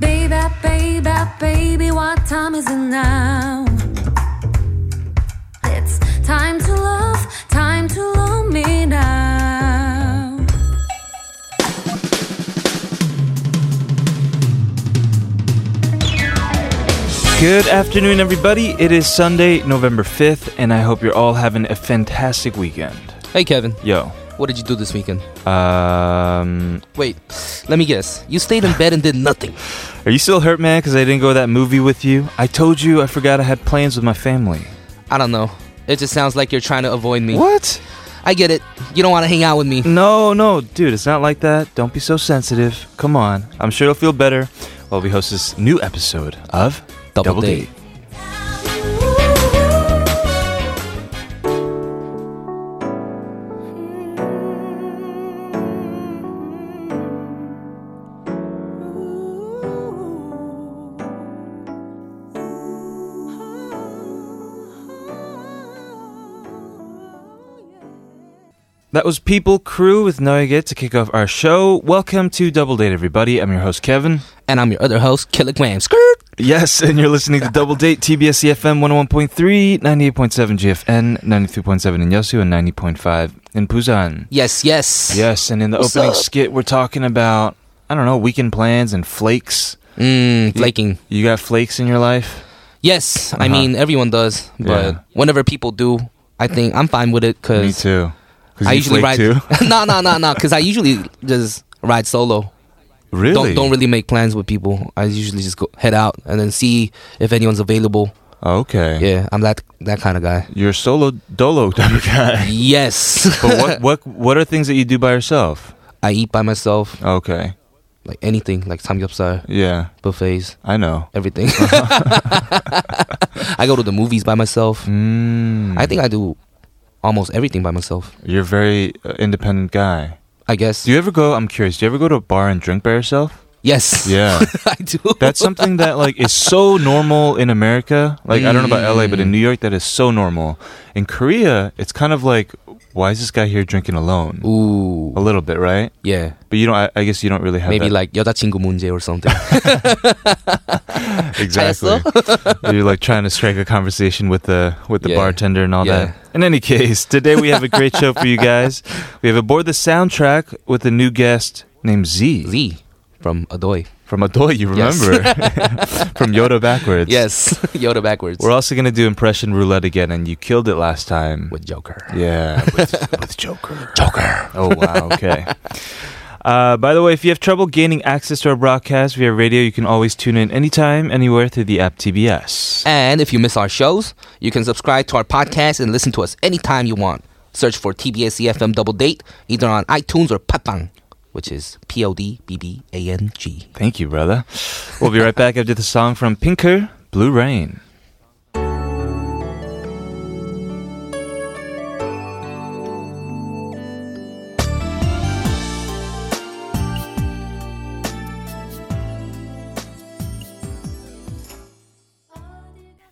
Baby, baby, baby, what time is it now? It's time to love, time to love me now. Good afternoon, everybody. It is Sunday, November 5th, and I hope you're all having a fantastic weekend. Hey Kevin, Yo, what did you do this weekend? um, Wait, let me guess. You stayed in bed and did nothing. are you still hurt, man, because I didn't go to that movie with you? I told you I forgot I had plans with my family. I don't know. It just sounds like you're trying to avoid me. What? I get it. You don't want to hang out with me. No, no, dude, it's not like that. Don't be so sensitive. Come on. I'm sure you'll feel better while we host this new episode of Double Date. That was People Crew with Noeget to kick off our show. Welcome to Double Date, everybody. I'm your host, Kevin. And I'm your other host, Kilogram. Skirt. Yes, and you're listening to Double Date, TBS EFM 101.3, 98.7 GFN, 93.7 in Yosu, and 90.5 in Busan. Yes, yes. Yes, and in the What's opening up? skit, we're talking about, I don't know, weekend plans and flakes. Mmm, flaking. You got flakes in your life? Yes, I Uh-huh. mean everyone does, but Yeah. whenever people do, I think I'm fine with it Me because too. 'Cause I you usually flake too? ride. no, no, no, no. Because I usually just ride solo. Really? Don't don't really make plans with people. I usually just go head out and then see if anyone's available. Okay. Yeah, I'm that that kind of guy. You're a solo dolo type of guy. Yes. but what, what, what are things that you do by yourself? I eat by myself, Okay. like anything, like samgyeopsal, Yeah, buffets, I know. everything. I go to the movies by myself. Mm, I think I do almost everything by myself. you're a very uh, independent guy. I guess. Do you ever go? I'm curious. Do you ever go to a bar and drink by yourself? yes. Yeah, I do. that's something that like is so normal in America. Like I don't know about LA, but in New York, that is so normal. In Korea, it's kind of like, why is this guy here drinking alone? Ooh. A little bit, right? Yeah. But you don't. I, I guess you don't really Oh, have Maybe that. like 여자친구 문제 or something. exactly. You're like trying to strike a conversation with the with the Yeah. bartender and all Yeah. that. In any case, today we have a great show for you guys. We have aboard the soundtrack with a new guest named Z from Adoy. From Adoy, you Yes. remember. From Yoda backwards. Yes. Yoda backwards. We're also going to do impression roulette again, and you killed it last time. with Joker. yeah, with, with Joker. Joker. Oh, wow. Okay. Uh, by the way, if you have trouble gaining access to our broadcast via radio, you can always tune in anytime, anywhere through the app TBS. And if you miss our shows, you can subscribe to our podcast and listen to us anytime you want. Search for TBS EFM E Double Date either on iTunes or Patbang, which is P O D B B A N G. Thank you, brother. We'll be right back after the song from Pinker, Blue Rain.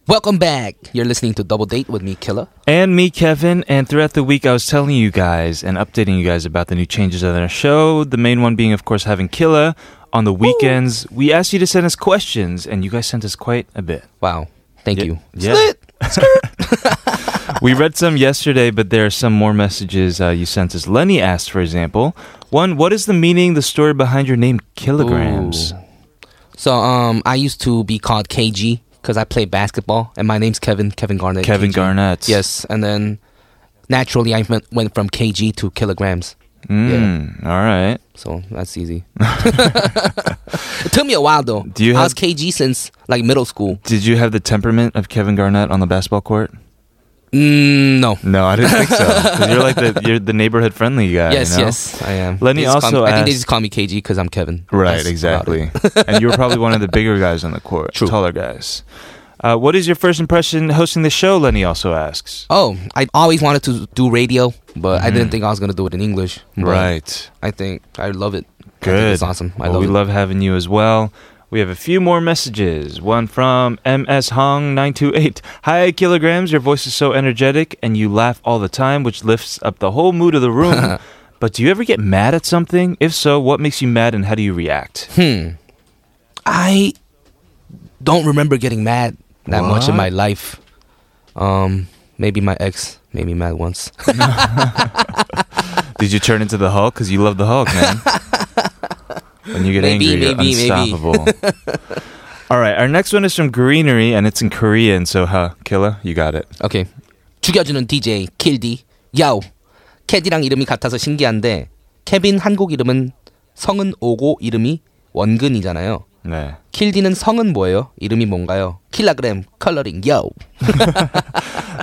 Welcome back. You're listening to Double Date with me, Killa. And me, Kevin. And throughout the week, I was telling you guys and updating you guys about the new changes on our show. The main one being, of course, having Killa on the weekends. We asked you to send us questions, and you guys sent us quite a bit. Wow. Thank Yeah. you. Yeah. Slit. we read some yesterday, but there are some more messages uh, you sent us. Lenny asked, for example, one, what is the meaning, the story behind your name, Kilograms? Ooh. So um, I used to be called KG because I play basketball, and my name's Kevin. Kevin Garnett. Kevin KG. Garnett. Yes, and then naturally I went, went from KG to kilograms. Mm, All right. So that's easy. it took me a while though. Do you I was have- KG since like middle school. Did you have the temperament of Kevin Garnett on the basketball court? Mm, no. No, I didn't think so. 'Cause You're like the you're the neighborhood friendly guy. yes, you know? yes, I am. Lenny They just call also me- I think they asked- just call me KG because I'm Kevin. Right, That's about exactly. it. and you were probably one of the bigger guys on the court, True. taller guys. Uh, what is your first impression hosting the show? Lenny also asks. Oh, I always wanted to do radio, but I didn't think I was gonna do it in English. But Mm-hmm. Right. I think I love it. I think Good. it's awesome. I Well, love we it. love having you as well. We have a few more messages. One from MS Hong 928. Hi, Kilograms. Your voice is so energetic and you laugh all the time, which lifts up the whole mood of the room. but do you ever get mad at something? If so, what makes you mad and how do you react? Hmm. I don't remember getting mad that much in What? my life. Um, maybe my ex made me mad once. Did you turn into the Hulk? Because you love the Hulk, man. when you get Maybe, angry, you're maybe, maybe. unstoppable. All right, our next one is from Greenery, and it's in Korean. So, huh, Killa, you got it. 오케이. 죽여주는 DJ 킬디 야오. 캐디랑 이름이 같아서 신기한데 케빈 한국 이름은 성은 오고 이름이 원근이잖아요. 네. 킬디는 성은 뭐예요? 이름이 뭔가요? 킬라그램 컬러링 야오.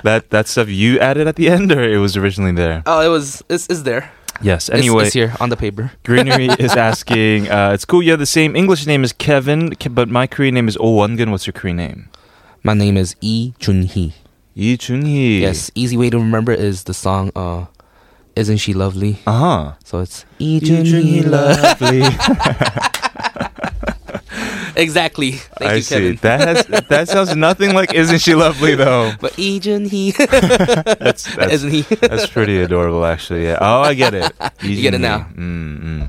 That that stuff you added at the end, or it was originally there. Oh, it was it's, it's there. Yes. It's- Anyway, it's here on the paper. Greenery is asking, uh, "It's cool. You have the same English name as Kevin, Ke- but my Korean name is Oh Won-gun. What's your Korean name?" My name is Lee Junhee. Lee Chun-hee. Yes, easy way to remember is the song uh Isn't She Lovely? Uh huh. So it's Lee Junhee Love. Exactly. Thank I you, see. Kevin. That has that sounds nothing like "Isn't She Lovely" though. But Lee Junhee That's that's, isn't he? that's pretty adorable, actually. Yeah. Oh, I get it. You get it now. Mm-mm. Mm-hmm.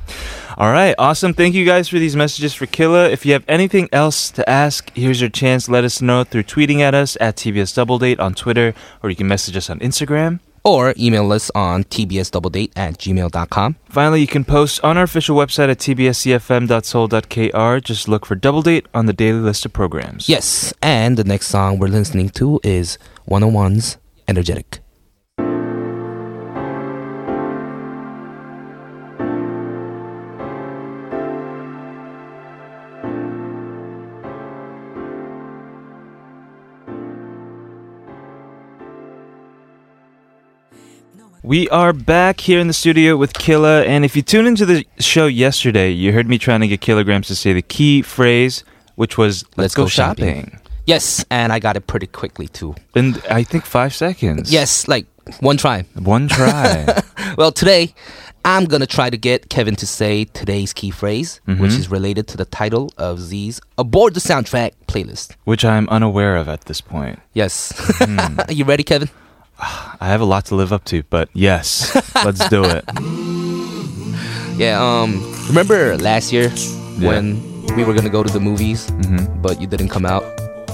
All right. Awesome. Thank you guys for these messages for Killa. If you have anything else to ask, here's your chance. Let us know through tweeting at us at TBS Double Date on Twitter, or you can message us on Instagram. or email us on tbsdoubledate at gmail.com. Finally, you can post on our official website at tbscfm.soul.kr. Just look for Double Date on the daily list of programs. Yes, and the next song we're listening to is 101's Energetic. We are back here in the studio with Killa, and if you tuned into the show yesterday, you heard me trying to get kilograms to say the key phrase, which was "Let's, Let's go, go shopping. shopping. Yes, and I got it pretty quickly too. In I think five seconds. Yes, like one try. one try. Well, today I'm gonna try to get Kevin to say today's key phrase, which is related to the title of Z's Aboard the Soundtrack playlist. which I'm unaware of at this point. Yes, you ready, Kevin? I have a lot to live up to, but yes, let's do it. Yeah. Um, remember last year Yeah. when we were gonna go to the movies, Mhm. but you didn't come out,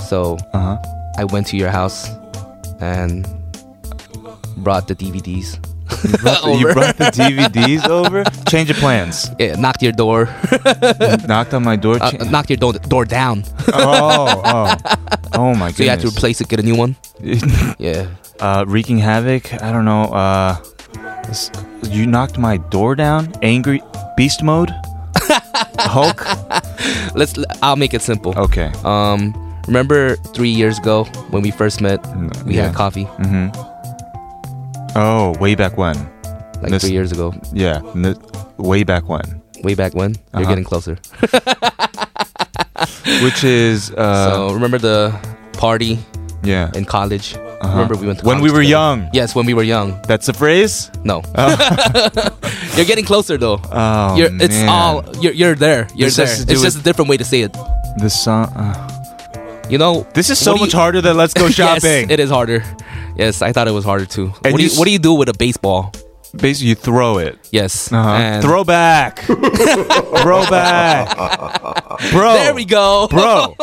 so Uh huh. I went to your house and brought the DVDs. You brought the DVDs over. Change of plans. Yeah, knocked your door, Knocked on my door. uh, cha- knocked your door, door down. So oh, oh, oh my goodness. you had to replace it, get a new one. Yeah. uh, wreaking havoc. I don't know. Uh, s- you knocked my door down. Angry beast mode. Hulk. Let's. I'll make it simple. Okay. Um, remember three years ago when we first met, Mm, we yeah. had coffee Mm-hmm. Oh, way back when. like This- three years ago, Yeah, n- way back when. way back when. Uh-huh. You're getting closer. Which is uh, so remember the party yeah. in college. Remember we went to Uh-huh. when we college were together? young. Oh. Yes, when we were young. That's the phrase. No, you're getting closer though. Oh, you're, it's man. all you're, you're there. You're This there. has to do It's just a different way to say it. the song. Uh, You know, this is so what do much you- harder than let's go yes, shopping. it is harder. Yes, I thought it was harder too. And what do you you, s- what do you do with a baseball? Basically, you throw it. Yes, Uh-huh. and- Throwback. Throwback. Bro. There we go. Bro,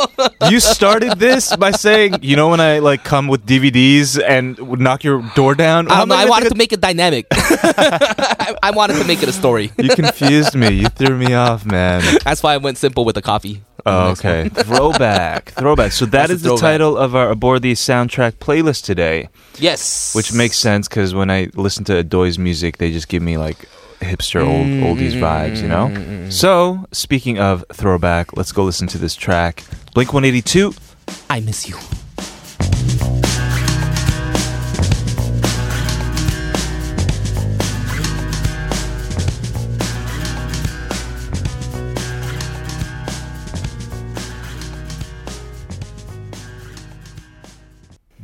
you started this by saying, you know, when I like come with DVDs and would knock your door down. Oh, How Um, am I gonna wanted think to make it dynamic. I, I wanted to make it a story. of- You confused me. You threw me off, man. That's why I went simple with the coffee. Oh, okay. throwback. Throwback. So that That's is a the throwback. title of our Aboard the Soundtrack playlist today, Yes. which makes sense because when I listen to Adoy's music, they just give me like hipster old oldies vibes, you know? So, speaking of throwback, let's go listen to this track. Blink 182. I miss you.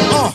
Uh.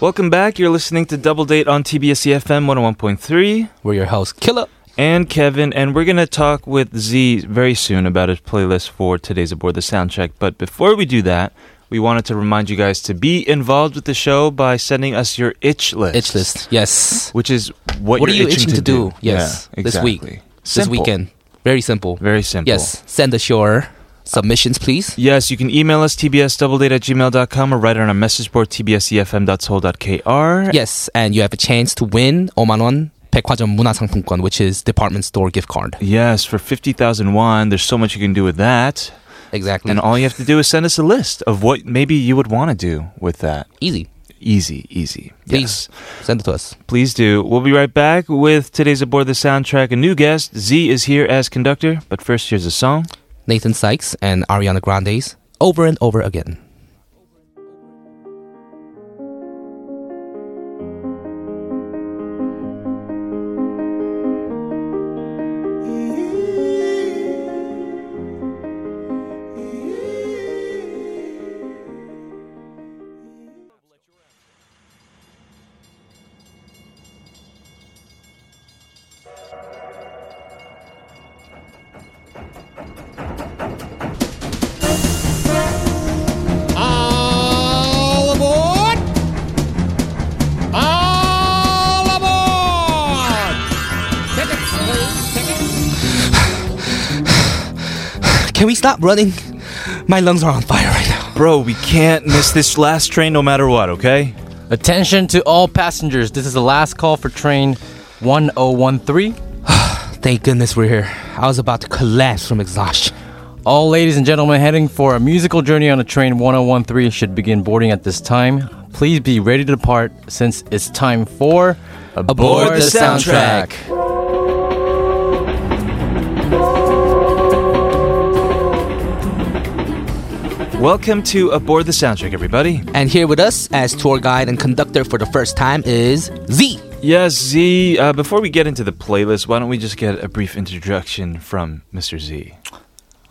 Welcome back. You're listening to Double Date on TBS EFM 101.3 We're your host, Killer. and Kevin, and we're going to talk with Z very soon about his playlist for today's Aboard the Soundcheck. But before we do that, we wanted to remind you guys to be involved with the show by sending us your itch list. Itch list. Yes. Which is what, What are you're you itching to do? Yes. Yeah, This exactly. week. This Simple. weekend. Very simple. Very simple. Yes. Send us your submissions, please. Yes, you can email us tbsdoubledate at gmail.com or write on our message board tbsefm.soul.kr. Yes, and you have a chance to win 5만 원 백화점 문화상품권, which is department store gift card. Yes, for 50,000 won, there's so much you can do with that. Exactly. And all you have to do is send us a list of what maybe you would want to do with that. easy. Easy, easy. Please. Yes. Send it to us. Please do. We'll be right back with today's Aboard the Soundtrack. A new guest, Z, is here as conductor. But first, here's a song. Nathan Sykes and Ariana Grande's Over and Over Again. All aboard! All aboard! Tickets, please. Tickets. Can we stop running? My lungs are on fire right now. Bro, we can't miss this last train no matter what, okay? Attention to all passengers. This is the last call for train 1013. Thank goodness we're here. I was about to collapse from exhaustion. All ladies and gentlemen heading for a musical journey on a train 1013 should begin boarding at this time. Please be ready to depart since it's time for Aboard the soundtrack. Welcome to Aboard the Soundtrack, everybody. And here with us as tour guide and conductor for the first time is Z. Yes, Z, uh, before we get into the playlist, why don't we just get a brief introduction from Mr. Z?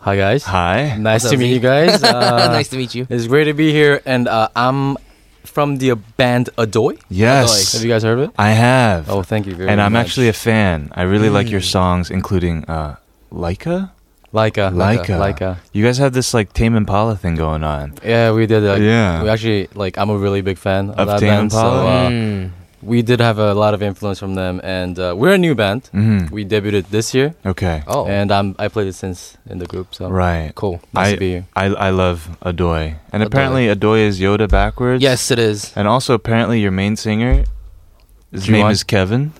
Hi guys. Hi. Nice What's to up, meet Z? you guys. Uh, nice to meet you. It's great to be here and uh, I'm from the band Adoy. Have Yes, you guys heard of it? I have. Oh, thank you very and I'm much. Hmm. actually a fan. I really like your songs, including uh, Leica? Laika. Laika. Laika. You guys have this like Tame Impala thing going on. Yeah, we did. Like, Yeah. we actually like. I'm a really big fan of, Of that Tame band, so Impala? uh, Mm. we did have a lot of influence from them. And uh, we're a new band. Mhm. We debuted this year, Okay. Oh, and I'm I played it since in the group. So Right. cool. Nice I, to be here. I I love Adoy. And Adoy. apparently Adoy is Yoda backwards. yes, it is. And also apparently your main singer his name Juwan? is Kevin.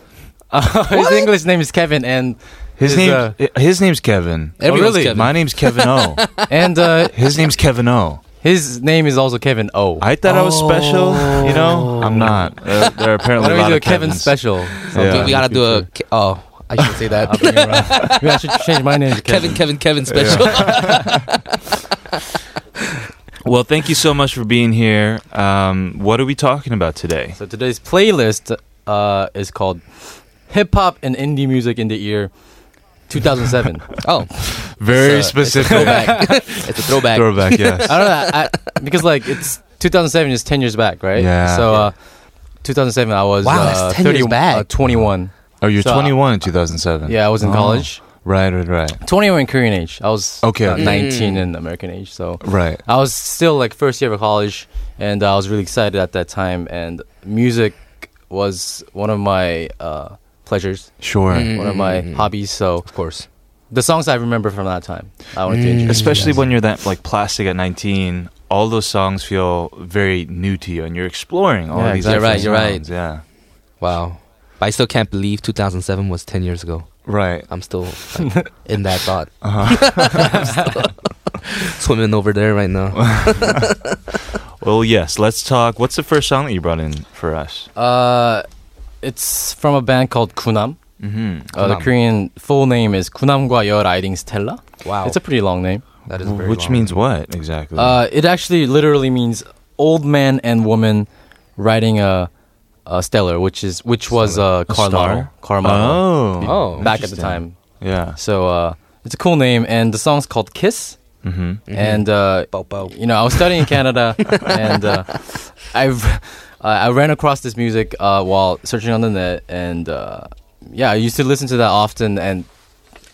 His English name is Kevin, and His Is, name eh, uh, his name's Kevin. Everyone's really? Kevin. My name's Kevin O. and uh, his name's Kevin O. his name is also Kevin O. I thought I was special, you know? I'm not. Uh, there are apparently a Why don't we lot do of a Kevin Kevins. special? Yeah. We, we gotta do a. Ke- oh, I shouldn't say that. Bring it around. Maybe I should change my name to Kevin, Kevin. Kevin, Kevin special. Well, thank you so much for being here. Um, what are we talking about today? So today's playlist uh, is called Hip Hop and Indie Music in the Year 2007. Oh, Very it's a- specific. It's a throwback. it's a throwback. Throwback, yes. I don't know. I, because like it's 2007 is 10 years back, right? Yeah. So uh, 2007, I was Wow, uh, that's 10 years 31 Uh, back. 21. Oh, you're So, uh, 21 in 2007. Yeah, I was in Oh, college. Right, right, right. 21 in Korean age. I was Okay, uh, okay. 19 in American age. So Right. I was still like first year of college, and uh, I was really excited at that time. And music was one of my uh, pleasures, Sure. one of my hobbies. So Of course. Mm. the songs I remember from that time, I wanted to introduce. Especially when you're that like plastic at 19, all those songs feel very new to you and you're exploring all Yeah, these exactly. different You're right, sounds. Yeah. Wow. But I still can't believe 2007 was 10 years ago. Right. I'm still like, in that thought. Uh-huh. I'm still swimming over there right now. Well, yes, let's talk. What's the first song that you brought in for us? Uh, it's from a band called Kunam. Mm-hmm. Uh, the Kunam. Korean full name is Kunamgwa Yor Aiding Stella. Wow. It's a pretty long name. that is very Which long. means what exactly? Uh, it actually literally means old man and woman riding a, a stellar, which is which was uh, A a car star? model, car model oh. Oh. back at the interesting. time. Yeah. So uh, it's a cool name, and the song's called Kiss. Mm-hmm. And uh, Bow, bow. Mm. you know, I was studying in Canada, and uh, I've uh, I ran across this music uh, while searching on the net, and uh, yeah, I used to listen to that often, and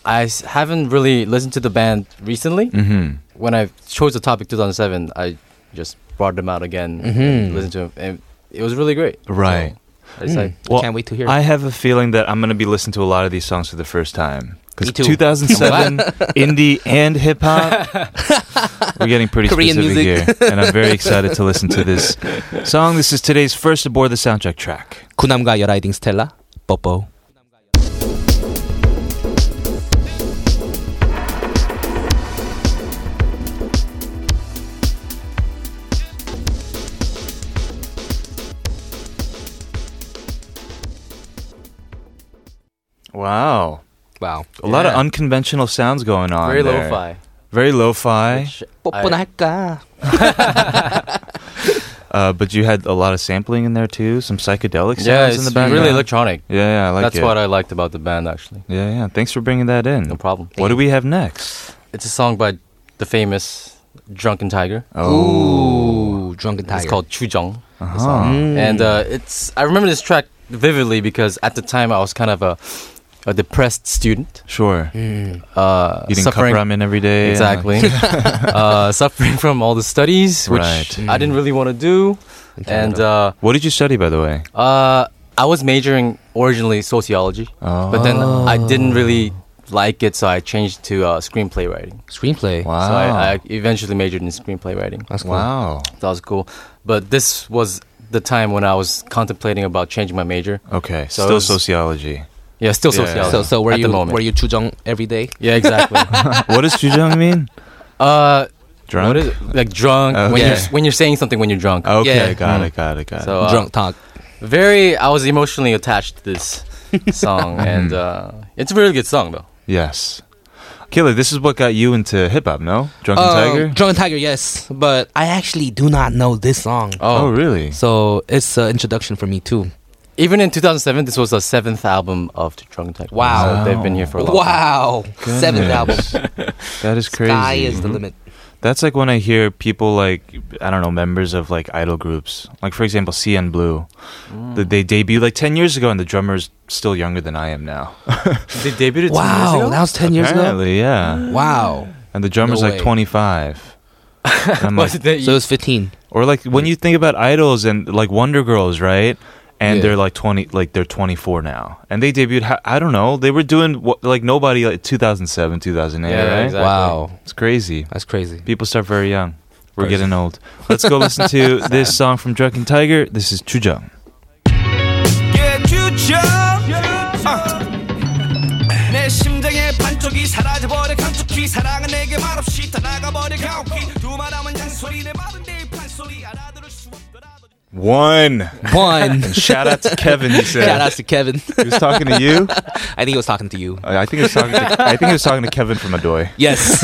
I s- haven't really listened to the band recently. Mm-hmm. When I chose the topic 2007, I just brought them out again and listened to them, and it was really great. Mm-hmm. Right. So, it's like, Well, Can't wait to hear it. I have a feeling that I'm going to be listening to a lot of these songs for the first time. Because Me too. 2007, indie and hip hop. We're getting pretty Korean specific music. here. And I'm very excited to listen to this song. This is today's first aboard the soundtrack track. 군함과 여라이딩 스텔라 뽀뽀 Wow. 와우 A lot of Yeah. unconventional sounds going Hmm. on. very there. lo-fi. Very lo fi. Sh- 뽀뽀나 I- 할까 Uh, but you had a lot of sampling in there too, some psychedelic sounds yeah, in it's the background. really electronic. yeah, yeah, I like That's it. what I liked about the band, actually. yeah, yeah. Thanks for bringing that in. No problem. What do we have next? It's a song by the famous Drunken Tiger. Oh. Ooh Drunken Tiger Mm. It's called Chujong. Uh-huh. And uh, it's I remember this track vividly because at the time I was kind of a, a depressed student, Sure. uh, Eating cup suffering ramen every day. exactly, uh, suffering from all the studies, which Right. I didn't really want to do, and uh, What did you study, by the way? uh, I was majoring originally sociology, but then I didn't really like it, so I changed to uh, screenplay writing. screenplay So I, I eventually majored in screenplay writing. That's cool. wow. That was cool, but this was the time when I was contemplating about changing my major. Okay. So Still it was- sociology. Yeah, still Yeah. sociology. So so were at you the moment. were you chujong every day? Yeah, exactly. what does jujang mean? uh, Drunk. what is it? like drunk Oh, when yeah. you're when you're saying something when you're drunk. Okay. Yeah. Got it. Got it. Got it. So uh, Drunk talk. Very. I was emotionally attached to this song, Mm-hmm. and uh, it's a really good song though. yes. Killer, this is what got you into hip hop, no? Drunken Oh, Uh, Tiger. Drunken Tiger, yes. But I actually do not know this song. oh, really? So it's an introduction for me too. Even in 2007, this was the seventh album of Drunk Type. Wow. so they've been here for a long time. Wow. Seventh Goodness. album. That is crazy. Sky is the limit. That's like when I hear people like I don't know members of like idol groups, like for example CN Blue, that they debuted like ten years ago, and the drummer's still younger than I am now. They debuted. Wow. That was ten years ago. Apparently, yeah. Wow. And the drummer's No like way. twenty five. I'm like, So it was fifteen. Or like when you think about idols and like Wonder Girls, right? And Yeah. they're like twenty, like they're twenty four now, and they debuted. ho- I don't know. They were doing what, like nobody like two thousand seven, two thousand eight. Yeah, right? exactly. Wow. It's crazy. That's crazy. People start very young. We're getting old. Let's go listen to this song from Drunken Tiger. This is Chujang. get you jump. 아. 내 심장의 반쪽이 사라져버려 감촉히 사랑은 내게 말없이 떠나가버려 가혹히 두 말하면 양소리 내 마른 내 판소리 알아들을 수 없더라도 One. One. Shout out to Kevin. He said Shout out to Kevin. he was talking to you. I think he was talking to you. I I think he was talking. To, I think he was talking to Kevin from Adoy. Yes.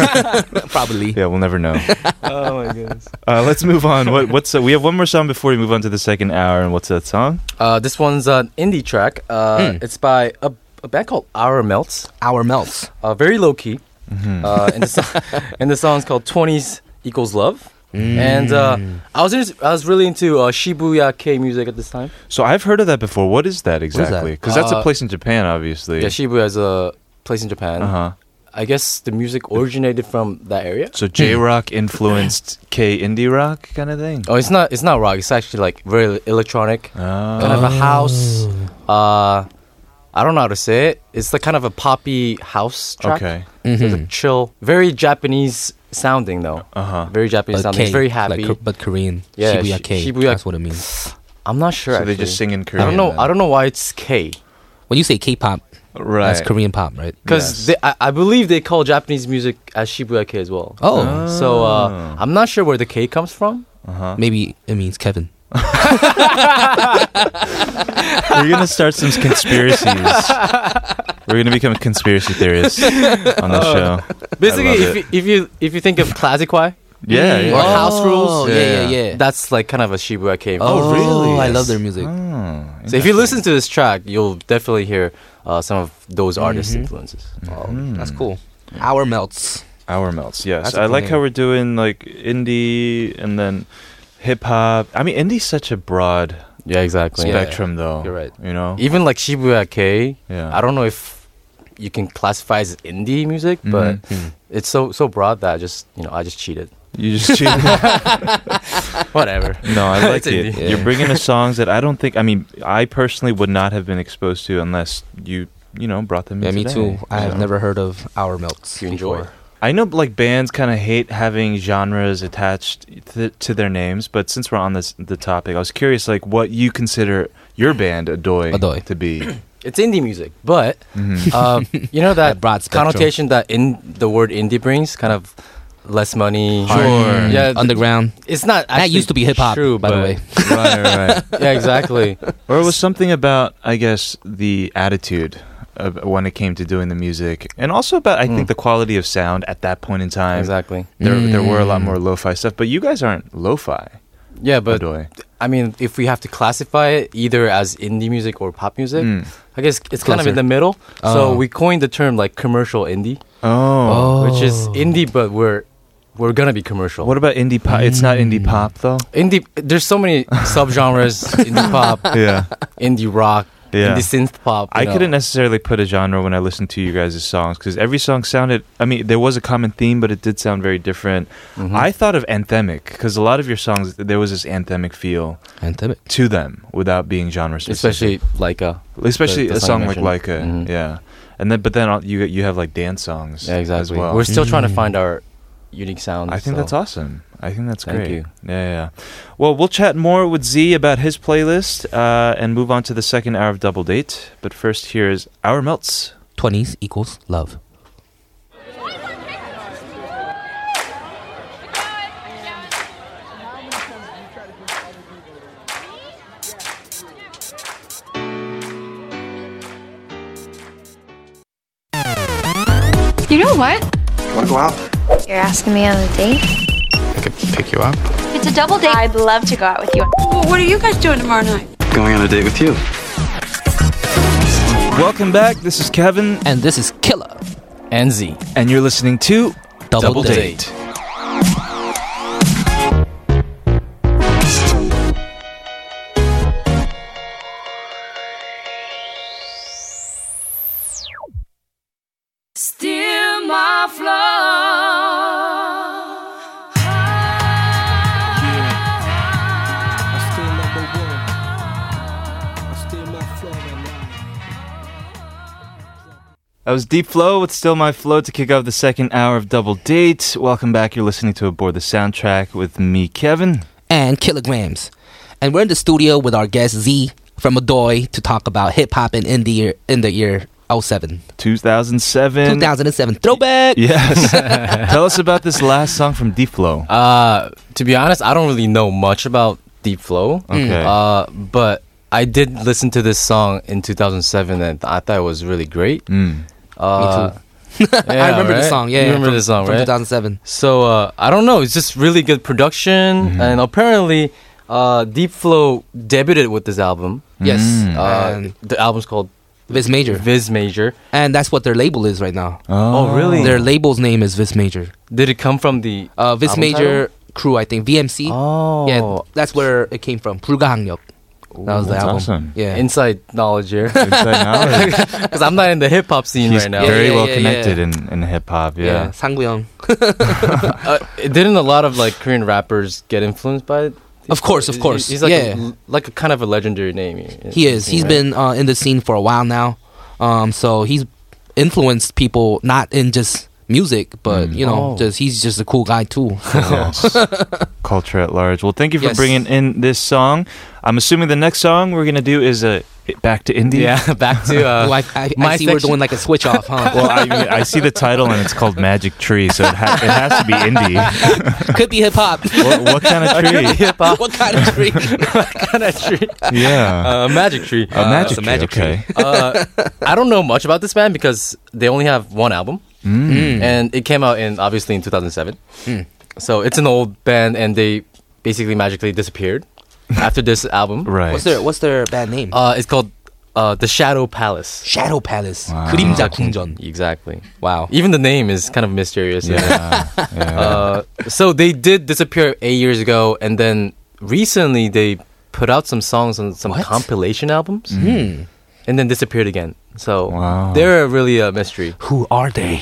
Probably. Yeah, we'll never know. Oh my goodness. Uh, let's move on. What, what's uh, we have one more song before we move on to the second hour, and what's that song? Uh, this one's an indie track. Uh, Hmm. It's by a, a band called Our Melts. Our melts. uh, very low key. Mm-hmm. Uh, and, the so- and the song's called 20s Equals Love. Mm. And uh, I was in, I was really into uh, Shibuya K music at this time. So I've heard of that before. What is that that? exactly? Because that's a Uh, place in Japan, obviously. Yeah, Shibuya is a place in Japan. uh-huh. I guess the music originated from that area. So J rock influenced K indie rock kind of thing. Oh, it's not it's not rock. It's actually like very electronic, Oh. kind of a house. Uh, I don't know how to say it. It's the kind of a poppy house track. Okay. Mm-hmm. So it's a chill, very Japanese sounding though. Uh huh. Very Japanese sounding. It's very happy. Like, but Korean. Yeah, Shibuya Shi- K. Shibuya- That's what it means. I'm not sure. So they actually. just sing in I Korean. don't know. then. I don't know why it's K. When you say K-pop, Right. that's Korean pop, right? Because Yes. I, I believe they call Japanese music as Shibuya K as well. Oh. So Ah. uh, I'm not sure where the K comes from. Maybe it means Kevin. We're gonna start some conspiracies. We're gonna become conspiracy theorists on the Oh. show. Basically, love if you, it. if you if you think of classic Y, Yeah. Oh, Or yeah. house rules. Yeah, yeah, Yeah, yeah. yeah. that's like kind of a Shibuya K. Oh, really? I love their music. Mm. Oh, so if you listen to this track, you'll definitely hear uh, some of those artists' Mm-hmm. influences. Oh, That's cool. Our melts. Hour melts. Yes, That's I a cool like how name. we're doing like indie and then hip hop. I mean, indie's such a broad Yeah, exactly. Yeah. spectrum, though. You're right. You know, Even like Shibuya K, Yeah. I don't know if you can classify as indie music, but Mm-hmm. it's so so broad that I just you know I just cheated. you just cheat. no, Whatever. I like It's it. indie. Yeah. You're bringing us songs that I don't think. I mean, I personally would not have been exposed to unless you, you know, brought them. Yeah, in me today, too. I you have know? never heard of Our Melts. You enjoy before. I know like bands kind of hate having genres attached th- to their names, but since we're on this the topic, I was curious like what you consider your band Adoy, Adoy. to be. It's indie music, but um, you know Mm-hmm. that, That broad spectrum. connotation that in the word indie brings, kind of less money. Sure. Yeah, th- Mm. Underground. It's not. That actually used to be hip hop, True, by the but- way. right, right. yeah, exactly. Or it was something about I guess the attitude of when it came to doing the music, and also about I think the quality of sound at that point in time. exactly. There, there were a lot more lo-fi stuff, but you guys aren't lo-fi. Yeah, but Adoy. I mean, if we have to classify it either as indie music or pop music, I guess it's kind of in Mm. Closer. the middle. Oh. So we coined the term like commercial indie, Oh. which is indie, but we're we're gonna be commercial. What about indie pop? It's not indie pop though. indie? There's so many subgenres: indie pop, Yeah. indie rock, Yeah. indie synth pop. I you know. couldn't necessarily put a genre when I listened to you guys' songs because every song sounded. I mean, there was a common theme, but it did sound very different. Mm-hmm. I thought of anthemic because a lot of your songs there was this anthemic feel Anthemic. to them without being genre specific. especially like a especially the- a the song song you like Leica, mentioned. Mhm. yeah. And then, but then all- you you have like dance songs, yeah, As exactly. well. Mm. We're still trying to find our unique sound. I think so- that's awesome. I think that's Thank great. you. Yeah, yeah. Well, we'll chat more with Z about his playlist uh, and move on to the second hour of Double Date. But first, here is Our Melts. 20s equals love. You know what? Want to go out? You're asking me on a date? I could pick you up. It's a double date. I'd love to go out with you. What are you guys doing tomorrow night? Going on a date with you. Welcome back. This is Kevin, And this is Killer. And Z. and you're listening to Double, Double date. Date. Steer my flow. That was Deep Flow with Still My Flow to kick off the second hour of Double Date. Welcome back. You're listening to Aboard the Soundtrack with me, Kevin. And kilograms. And we're in the studio with our guest Z from Adoy to talk about hip hop and in the year, in the year 07. 2007. 2007. Throwback. Yes. Tell us about this last song from Deep Flow. Uh, to be honest, I don't really know much about Deep Flow. Mm. Okay. Uh, but I did listen to this song in 2007, and I thought it was really great. Mm. Uh, yeah, I remember the right? song. Yeah. you yeah, remember from, the song, from right? 2007. So uh, I don't know. It's just really good production, Mm-hmm. and apparently, uh, Deep Flow debuted with this album. Mm. Yes. Uh, And the album's called Viz Major. Viz Major. And that's what their label is right now. Oh, really? Their label's name is Viz Major. Did it come from the? Uh, Viz Album Major crew, I think. VMC. oh, Yeah, that's where it came from. Pruga Hangyok. That was the That's album. awesome. Yeah. inside knowledge here. Inside knowledge. Because I'm not in the hip hop scene He's right now. very Yeah, yeah, well yeah, connected yeah. in, in hip hop. Yeah. yeah. Sang Uh, didn't a lot of like Korean rappers get influenced by it? Of course, of He- course. He's like Yeah. a, like a kind of a legendary name. He is. He's been uh, in the scene for a while now. Um, so he's influenced people not in just music, but you know, Oh. just he's just a cool guy too. Yes. Culture at large. Well, thank you for Yes. bringing in this song. I'm assuming the next song we're going to do is a Back to India. Yeah, back to uh, Well, I, I, I my see section- we're doing like a switch off, huh? Well, I, mean, I see the title and it's called Magic Tree, so it, ha- it has to be indie. Could be hip hop. What, what kind of tree? hip hop what kind of tree? kind of tree. Yeah. Uh, magic tree. a magic it's a tree. magic okay. tree. Uh, I don't know much about this band because they only have one album, Mm. and it came out in obviously in 2007. So it's an old band, and they basically magically disappeared after this album. Right. what's their What's their bad name? Uh, it's called uh, the Shadow Palace. Shadow Palace. Wow. 그림자 궁전. Exactly. Wow. Even the name is kind of mysterious. Uh, isn't it? Yeah. yeah. Uh, so they did disappear eight years ago, and then recently they put out some songs on some What? compilation albums and then disappeared again. So Hmm. Wow. they're really a mystery. Who are they?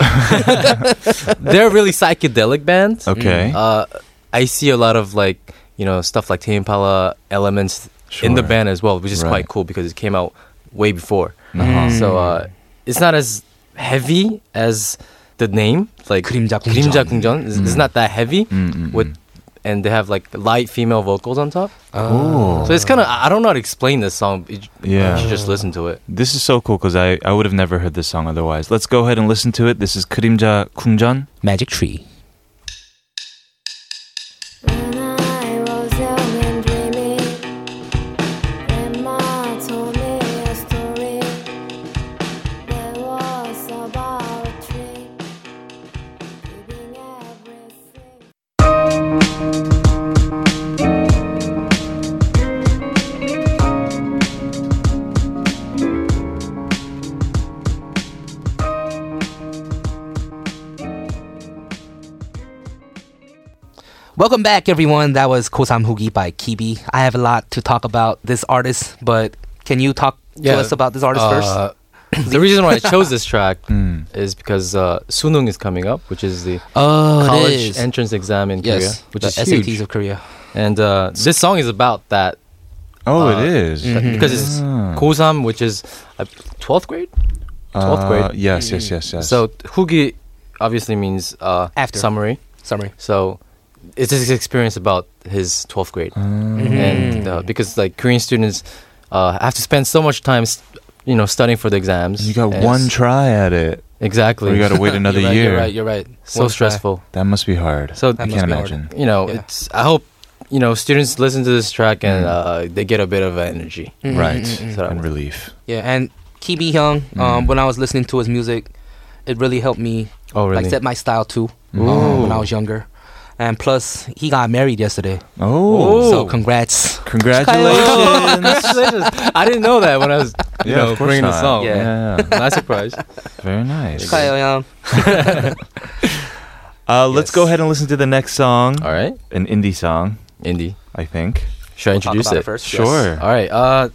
they're really psychedelic bands. Okay. Uh, I see a lot of like you know stuff like Tame Impala elements in the Sure. band as well, which is Right. Uh-huh. quite cool because it came out way before. So uh, it's not as heavy as the name, like 그림자 궁전. 그림자 궁전. It's, Mm. it's not that heavy with. And they have like light female vocals on top, oh. so it's kind of I I don't know how to explain this song. You, Yeah. you should just listen to it. This is so cool because I, I would have never heard this song otherwise. Let's go ahead and listen to it. This is 그림자 궁전. Magic Tree. When I was young and dreamy, Grandma told me a story that was about a tree giving everything. Welcome back, everyone. That was Kosam Hugi by Kibi. I have a lot to talk about this artist, but can you talk to us about this Uh, artist first? first. the reason why I chose this track Mm. is because uh, Sunung is coming up, which is the Oh, college entrance exam in yes, Korea, which the is SATs huge. of Korea. And uh, this song is about that Oh, Uh, it is. Mm-hmm. because it's Ah. Kosam, which is uh, 12th grade. 12th grade. Mm-hmm. Uh, yes, yes, yes, yes. So Hugi obviously means uh, After. summary. Summary. So it's his experience about his 12th grade. Uh, Mm-hmm. And uh, because like Korean students uh, have to spend so much time, s- you know, studying for the exams. you got And one it's- try at it. Exactly. We got to wait another you're right, year. You're right. You're right. uh, so One try. stressful. That must be hard. So- I That can't must be hard. imagine. You know, Yeah. it's. I hope you know students listen to this track Mm. and uh, they get a bit of energy. Mm. Right. Mm-hmm, So- And relief. Yeah, and Kibi Hyung. Mm. Um, when I was listening to his music, it really helped me Oh, really? like set my style too. Ooh. Um, when I was younger, and plus he got married yesterday. Oh. So congrats. Congratulations. Congratulations! I didn't know that when I was you know of course bringing the not. song. Yeah. Not surprised. Very nice. Kyle Young. Uh, let's Yes. go ahead and listen to the next song, All right, an indie song, Indy. I think. Should I Talk introduce about it it? first. Sure. All right. Uh,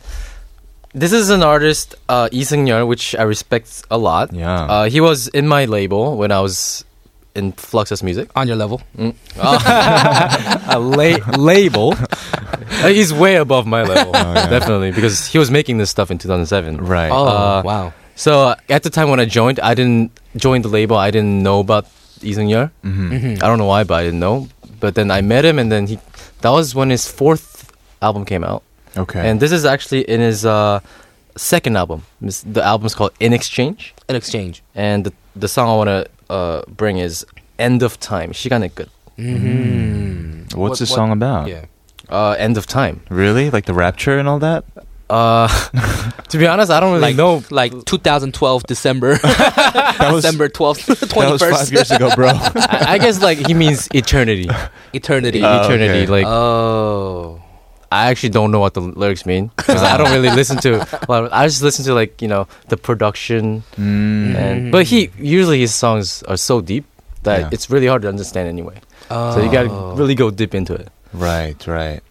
this is an artist, uh, Lee Seung Yeol, which I respect a lot. Yeah. Uh, he was in my label when I was in Fluxus Music. On your level. a la- label. Uh, He's way above my level, definitely, because he was making this stuff in 2007. Right. Oh Uh, wow. So uh, at the time when I joined, I didn't join the label. I didn't know about Lee Seung Yeol. Mm-hmm. I don't know why, but I didn't know. But then I met him, and then he. That was when his fourth album came out, Okay. and this is actually in his uh, second album. This- The album's called In Exchange, In exchange. and the, the song I want to uh, bring is End of Time. 시간의 끝. What's what- this what- song about? Yeah. Uh, End of Time. Really? Like the rapture and all that? Uh, to be honest, I don't Like really know. like 2012 December That was, December 12th that was five 21st years ago, bro. I, I guess like he means eternity. eternity. Uh, eternity. Oh, okay. Like oh. I actually don't know what the lyrics mean because I don't really listen to. Well, I just listen to like you know the production, Mm, and but he usually his songs are so deep that Mm-hmm. Yeah. Oh. it's really hard to understand anyway. Oh. So you gotta really go deep into it. right, right.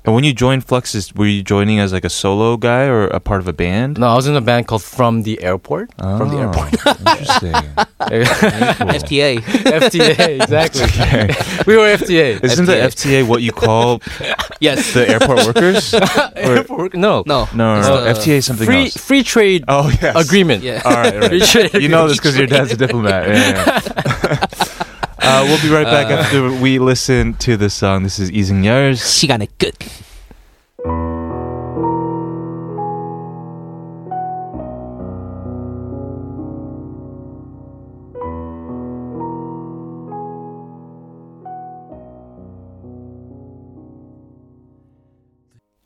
And when you joined Fluxus, were you joining as like a solo guy or a part of a band? No, I was in a band called From the Airport. From Oh. the Airport. Interesting. Cool. FTA. FTA exactly. we were FTA. Isn't the FTA what you call yes. the airport workers? Or- Airport? No, No. no, no, no. It's the- FTA is something Free else. free trade Oh, yes. agreement. Yeah. All right, Free right. trade You know this because your dad's a diplomat. Yeah, yeah, yeah. uh, we'll be right back after we listen to this song. This is Easing Yours. 시간의 끝.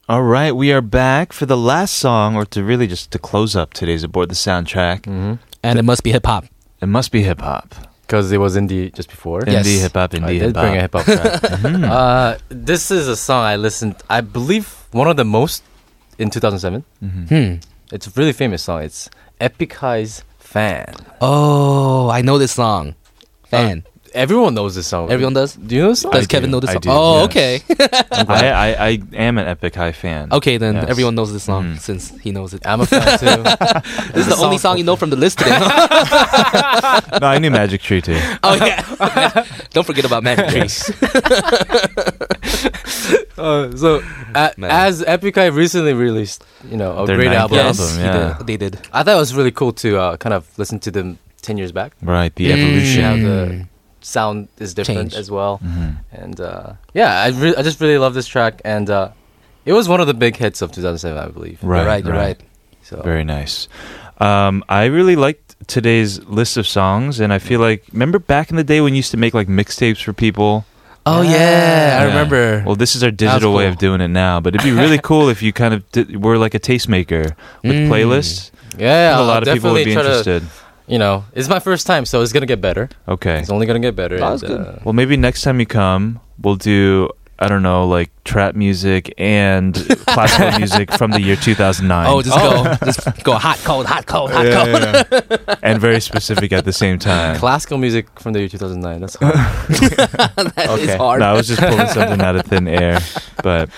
All right, we are back for the last song, or to really just to close up today's Aboard the Soundtrack. And it must be hip hop. It must be hip hop. because it was indie just before. Yes. Indie hip hop, I indie did hip bring a hop. hip hop track. uh, this is a song I listened. I believe one of the most in 2007. Hmm. It's a really famous song. It's Epic High's "Fan." Oh, I know this song. Fan. everyone knows this song. Everyone does? Do you know this song? Does Uh, I Kevin do, know this I song? do, oh, yes. okay. I, I, I am an Epic High fan. okay, then Yes. Mm. everyone knows this song since he knows it. I'm a fan too. this is the only song you know from the list today. No, I knew Magic Tree too. oh yeah. Don't forget about Magic Trees. Uh, so, a Man. as Epic High recently released, you know, a Their great ninth album. album. yes, he yeah. did. they did. I thought it was really cool to uh, kind of listen to them ten years back. Right, Mm. the evolution. How the sound is Mm. different Change. as well. Mm-hmm. And uh, yeah, I, re- I just really love this track, and uh, it was one of the big hits of 2007, I believe. You're right, you're right. So Very nice. Um, I really liked today's list of songs, and I feel like remember back in the day when you used to make like mixtapes for people. Oh yeah, I Yeah. remember. Well, this is our digital way of cool. doing it now, but it'd be really cool if you kind of did, were like a tastemaker with Mm. playlists. I yeah, think I'll a lot of people would definitely be try to- interested. you know, it's my first time, so it's gonna get better. okay. It's only gonna get better. That was and, good. uh, Well, maybe next time you come, we'll do I don't know, like trap music and classical music from the year 2009. Oh, just go, just go hot, cold, hot, cold, hot, cold. and very specific at the same time. classical music from the year 2009. That's hard. That is Okay. hard. No, I was just pulling something out of thin air. But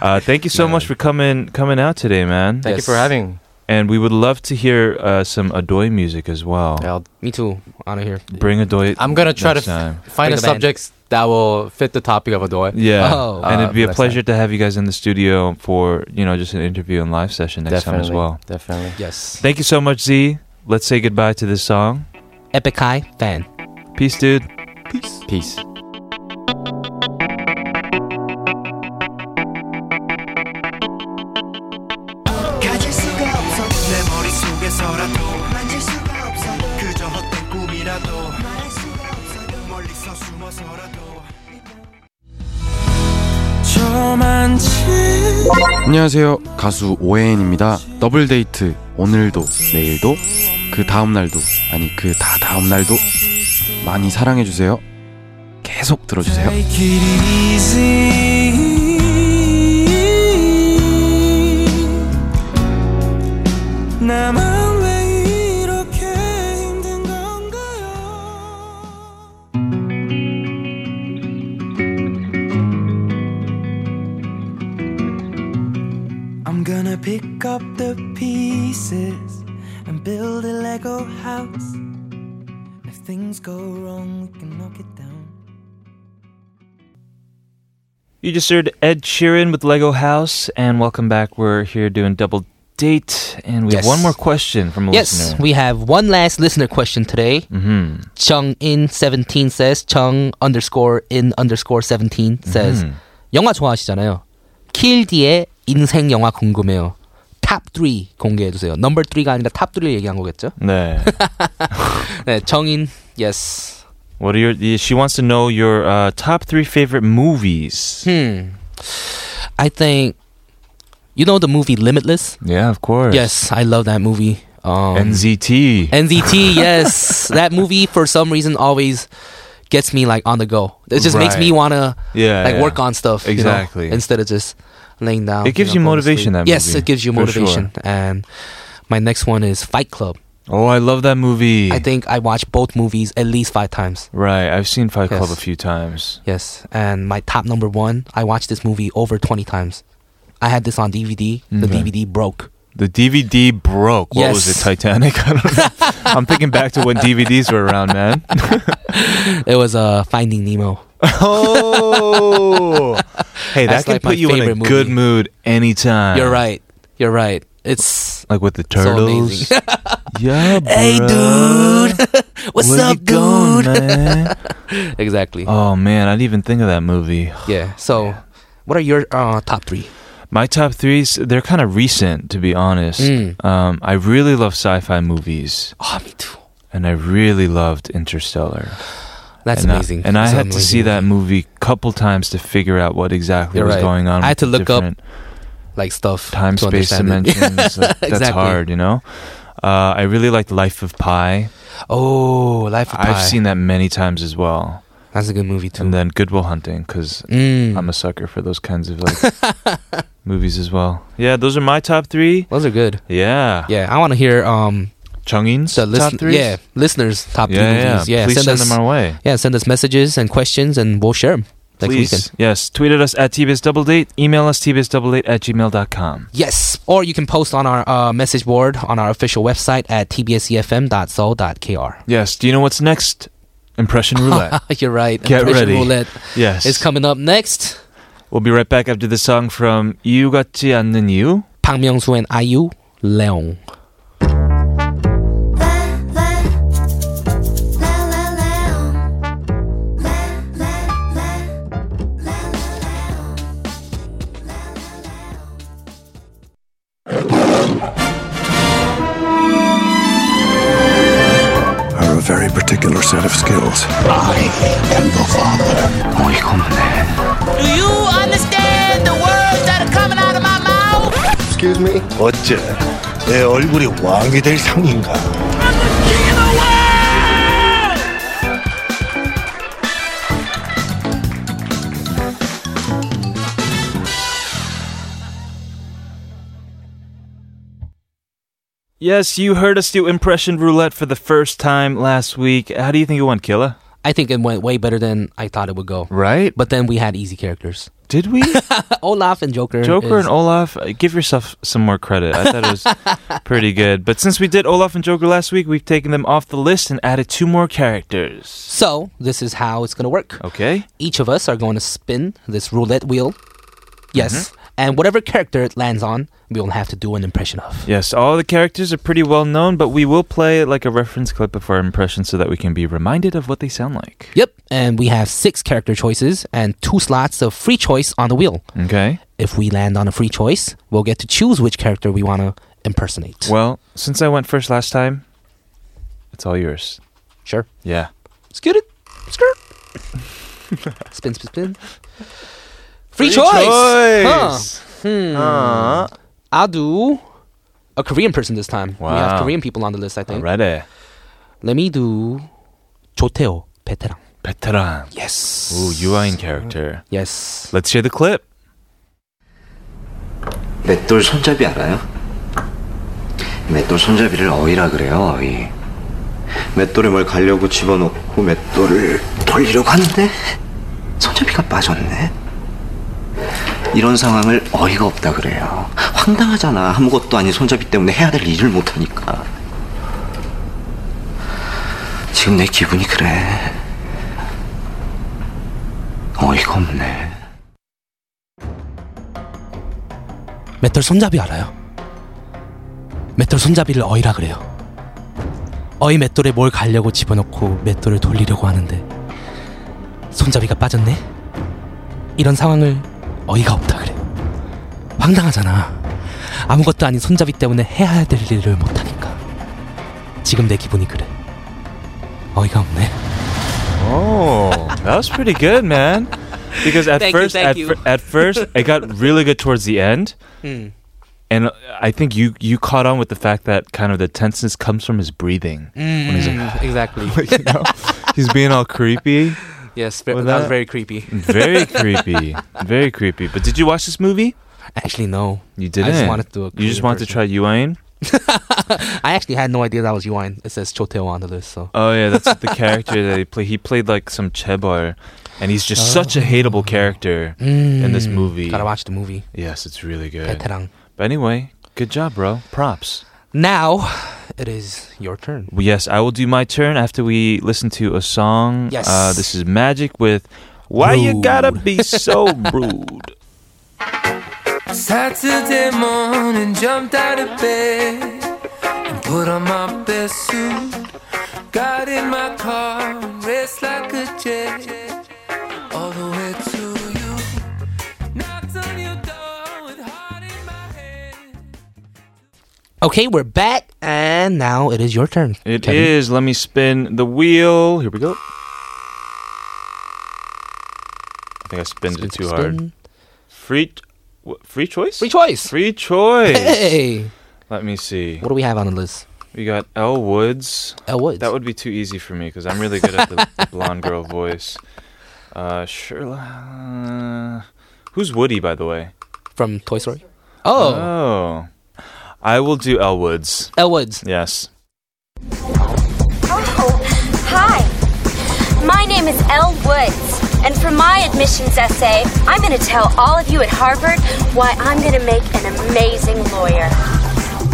uh, thank you so much for coming coming out today, man. Thank Yes. you for having. And we would love to hear uh, some Adoy music as well. Yeah, I'll- Me too. Out of here. Bring Adoy. I'm gonna try next to f- time. find Bring a the band. subjects that will fit the topic of Adoy. Yeah, Oh. and Uh, it'd be a next pleasure to have you guys in the studio for you know just an interview and live session next definitely, time as well. Definitely. Yes. Thank you so much, Z. Let's say goodbye to this song. Epic High fan. Peace, dude. Peace. 가질 수가 없어 내 머릿속에서라도 만질 수가 없어 그저 헛된 꿈이라도 말할 수가 없어 멀리서 숨어서라도 저만치 안녕하세요. 가수 오해엔입니다. 더블 데이트 오늘도 내일도 그 다음 날도 아니 그 다 다음 날도 많이 사랑해 주세요. 계속 들어 주세요. Take it easy 나만 왜 이렇게 힘든 건가요 I'm gonna pick up the pieces and build a Lego house. If things go wrong, we can knock it down. You just heard Ed Sheeran with Lego House, and welcome back. We're here doing double date, and we Yes. have one more question from a Yes, listener. we have one last listener question today. hmm Chung in seventeen says Chung underscore in underscore seventeen says 영화 좋아하시잖아요. 킬디의 인생 영화 궁금해요. 탑3 공개해 주세요. 넘버 3가 아니라 탑 3를 얘기한 거겠죠? 네. 네, 정인. Yes. What are your? the- She wants to know your uh, top three favorite movies. Hmm. I think you know the movie Limitless? Yeah, of course. Yes, I love that movie. Um, NZT. NZT, yes. that movie for some reason always gets me like on the go. It just makes me Right. wanna yeah, like yeah. work on stuff. you know, Exactly. instead of just laying down. It gives you going to motivation, sleep. that Yes, movie, it gives you for sure. motivation. And my next one is Fight Club. Oh, I love that movie. I think I watched both movies at least five times. Right, I've seen Fight Club a Yes. few times. Yes. And my top number one, I watched this movie over twenty times. I had this on DVD. The Okay. DVD broke. The DVD broke. What was Yes. it, Titanic? I don't know. I'm thinking back to when DVDs were around, man. It was uh, Finding Nemo. oh, hey, that That's can like my put you in a favorite good movie. mood anytime. You're right. You're right. It's Like with the So turtles. amazing. yeah, bro. hey, dude. What's Where up, you going, dude? man? Exactly. Oh man, I didn't even think of that movie. yeah. So, what are your uh, top three? My top threes, they're kind of recent, to be honest. Mm. Um, I really love sci-fi movies, Oh, me too. and I really loved Interstellar. That's and I- amazing. and I That's had to amazing. see that movie a couple times to figure out what exactly You're was right. going on. I with had to the look up different like stuff time to space understand it. dimensions. Like, That's Exactly. hard, you know. Uh, I really liked Life of Pi. Oh, Life of Pi. I've seen that many times as well. That's a good movie too. And then Goodwill Hunting, because Mm. I'm a sucker for those kinds of like movies as well. Yeah, those are my top three. Those are good. Yeah. Yeah, I want to hear um Chungins So listen, top threes? yeah, listeners top three Yeah, yeah. movies. Yeah, Please send, send us, them our way. Yeah, send us messages and questions, and we'll share them next weekend. Please. Yes. Tweet at us at TBS Double Date. Email us tbsdoubledate at gmail.com. Yes, or you can post on our uh, message board on our official website at tbsefm.so.kr. Yes. Do you know what's next? Impression Roulette. You're right. Get Impression ready. Roulette yes. is coming up next. we'll be right back after the song from You 같지 않는 이유. 박명수 and IU, Leong. Are a very particular set of skills. I am the father. Do you understand the words that are coming out of my mouth? Excuse me. 어째 내 얼굴이 왕이 될 상인가? Yes, you heard us do Impression Roulette for the first time last week. How do you think it went, Killa? I think it went way better than I thought it would go. Right? But then we had easy characters. Uh, Did we? Olaf and Joker. Joker is- and Olaf, uh, give yourself some more credit. I thought it was pretty good. But since we did Olaf and Joker last week, we've taken them off the list and added two more characters. So, this is how it's going to work. Okay? Each of us are going to spin this roulette wheel. Yes. Mm-hmm. And whatever character it lands on, we will have to do an impression of. Yes, all the characters are pretty well known, but we will play like a reference clip of our impression so that we can be reminded of what they sound like. Yep. And we have six character choices and two slots of free choice on the wheel. Okay? If we land on a free choice, we'll get to choose which character we want to impersonate. Well, since I went first last time, it's all yours. sure. Yeah. Scoot it. Skirt. spin, spin, spin. Free, Free choice. Huh. choice. Hmm. I'll do a Korean person this time. We have Wow. Korean people on the list, I think. Alrighty. Let me do 조태호 베테랑. Veteran. Yes. Ooh, you are in character. Yes. Let's hear the clip. 맷돌 손잡이 알아요? 맷돌 손잡이를 어휘라 그래요, 어휘. 맷돌에 뭘 가려고 집어넣고 맷돌을 돌리려고 하는데 손잡이가 빠졌네. 이런 상황을 어이가 없다 그래요. 황당하잖아. 아무것도 아닌 손잡이 때문에 해야 될 일을 못하니까. 지금 내 기분이 그래. 어이가 없네. 맷돌 손잡이 알아요? 맷돌 손잡이를 어이라 그래요. 어이 맷돌에 뭘 가려고 집어넣고 맷돌을 돌리려고 하는데 손잡이가 빠졌네. 이런 상황을 어이가 없다 그래. 황당하잖아. 아무것도 아닌 손잡이 때문에 해야 될 일을 못하니까. 지금 내 기분이 그래. 어이가 없네. Oh, that was pretty good, man. Because at Thank you, first, thank at, you. fir- at first, it got really good towards the end, Hmm. and I think you you caught on with the fact that kind of the tenseness comes from his breathing. Mm. When he's like, exactly. you know, he's being all creepy. yes, Well, that was that- very creepy. Very creepy, very creepy. But did you watch this movie? Actually, no. You didn't. wanted to do a You just Korean wanted to try version. Yuan. I actually had no idea that was Yuan. It says Choteo on the list, so. Oh yeah, that's the character that he played. He played like some chebar, and he's just such a hateable character in Mm. this movie. Oh. Gotta watch the movie. Yes, it's really good. 베테랑. But anyway, good job, bro. Props. Now, it is your turn. Well, yes, I will do my turn after we listen to a song. Yes. Uh, this is Magic with Why You Gotta Be So Rude. Saturday morning, jumped out of bed and put on my best suit. Got in my car and raced like a jet all the way to you. Knocked on your door with heart in my hand. Okay, we're back, and now it is your turn. It is. Kevin. Let me spin the wheel. Here we go. I think I spinned Spin, it too spin, hard. spin. Free, what, free choice? Free choice. Free choice. Hey! Let me see. What do we have on the list? We got L Woods. El Woods. That would be too easy for me because I'm really good at the, the blonde girl voice. Uh, Sherlock. Who's Woody, by the way? From Toy Uh, Story? Oh, Oh. I will do Elwoods. El Woods. Yes. Oh, Hi, my name is Elle Woods, and for my admissions essay, I'm going to tell all of you at Harvard why I'm going to make an amazing lawyer.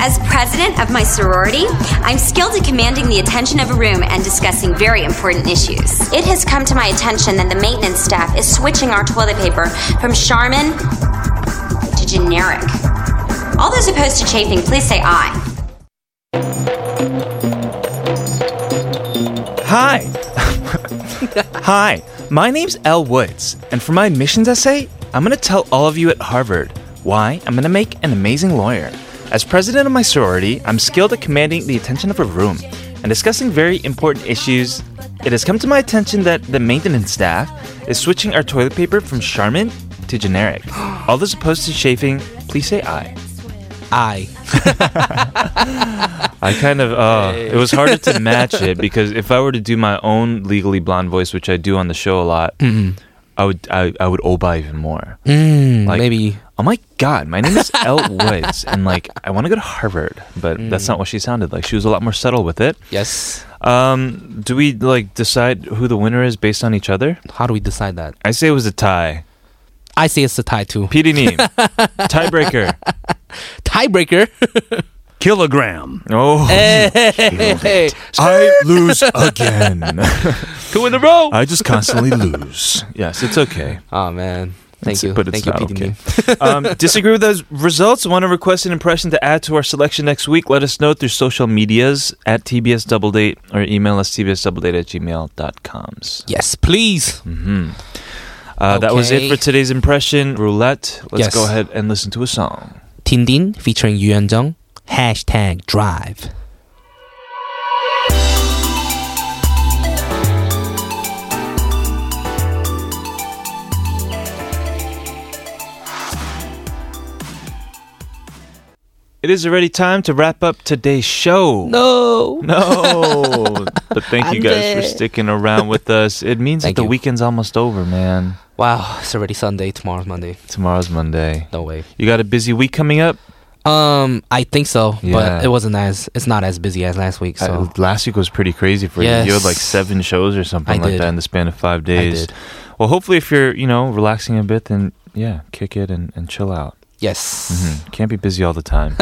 As president of my sorority, I'm skilled at commanding the attention of a room and discussing very important issues. It has come to my attention that the maintenance staff is switching our toilet paper from Charmin To generic. All those opposed to chafing, please say aye. Hi. Hi. My name's Elle Woods, and for my admissions essay, I'm going to tell all of you at Harvard why I'm going to make an amazing lawyer. As president of my sorority, I'm skilled at commanding the attention of a room and discussing very important issues. It has come to my attention that the maintenance staff is switching our toilet paper from Charmin to generic. All those opposed to chafing, please say aye. Aye. I kind of uh, Hey. it was harder to match it because if I were to do my own legally blonde voice, which I do on the show a lot, Mm-hmm. I would I, I would oba even more. Mm, maybe. Oh my god, my name is Elle Woods, and like I want to go to Harvard, but that's Mm. not what she sounded like. She was a lot more subtle with it. Yes. Um, do we like decide who the winner is based on each other? How do we decide that? I say it was a tie. I say it's a tie too. PD Neem, tiebreaker, Tiebreaker. Kilogram. Oh, hey. I lose again. Two in a row. I just constantly lose. Yes, it's okay. Oh man. It's- Thank you. but it's Thank you, not PD okay. Neem. um, disagree with those results? Want to request an impression to add to our selection next week? Let us know through social medias at TBS Double Date or email us tbsdoubledate at gmail.coms. Yes, please. Mm-hmm. Uh, That was it Okay. for today's impression roulette. Let's Yes. go ahead and listen to a song. 딘딘 featuring 유현정 hashtag drive. It is already time to wrap up today's show. No. No. but thank you 안 guys for 돼. sticking around with us. It means that Thank the you. weekend's almost over, man. Wow, it's already Sunday. Tomorrow's Monday. Tomorrow's Monday. No way. You got a busy week coming up? Um, I think so, Yeah. but it wasn't as it's not as busy as last week. So Uh, last week was pretty crazy for you. You had like Yes. seven shows or something I like did. that in the span of five days. did. Well, hopefully, if you're you know relaxing a bit, then yeah, kick it and, and chill out. yes, Mhm. Can't be busy all the time.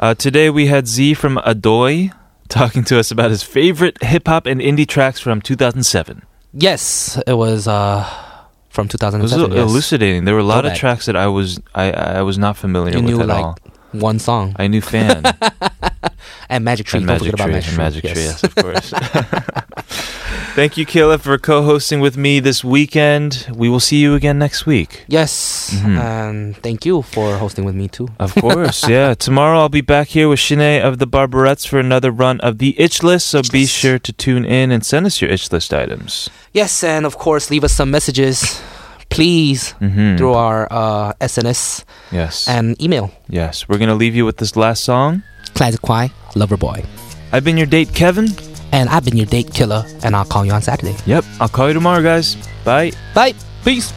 uh, today we had Z from Adoy talking to us about his favorite hip hop and indie tracks from 2007. yes, it was uh from It was 2007. yes. elucidating. There were a lot of Throwback. tracks that I was I I was not familiar You with knew at like all. one song I knew fan. and Magic Tree. And Don't Magic forget about Tree, Magic Tree. and Magic Tree, yes, of course. Thank you, Kayla, for co-hosting with me this weekend. We will see you again next week. yes, Mhm. and thank you for hosting with me too. Of course, yeah. Tomorrow I'll be back here with Shanae of the Barberettes for another run of the Itch List. So be sure to tune in and send us your Itch List items. Yes, and of course, leave us some messages, please, Mhm. through our uh, SNS Yes, and email. yes. We're gonna leave you with this last song. Classic Kwai, Lover Boy. I've been your date, Kevin. And I've been your date killer, and I'll call you on Saturday. Yep. I'll call you tomorrow, guys. Bye. Bye. Peace.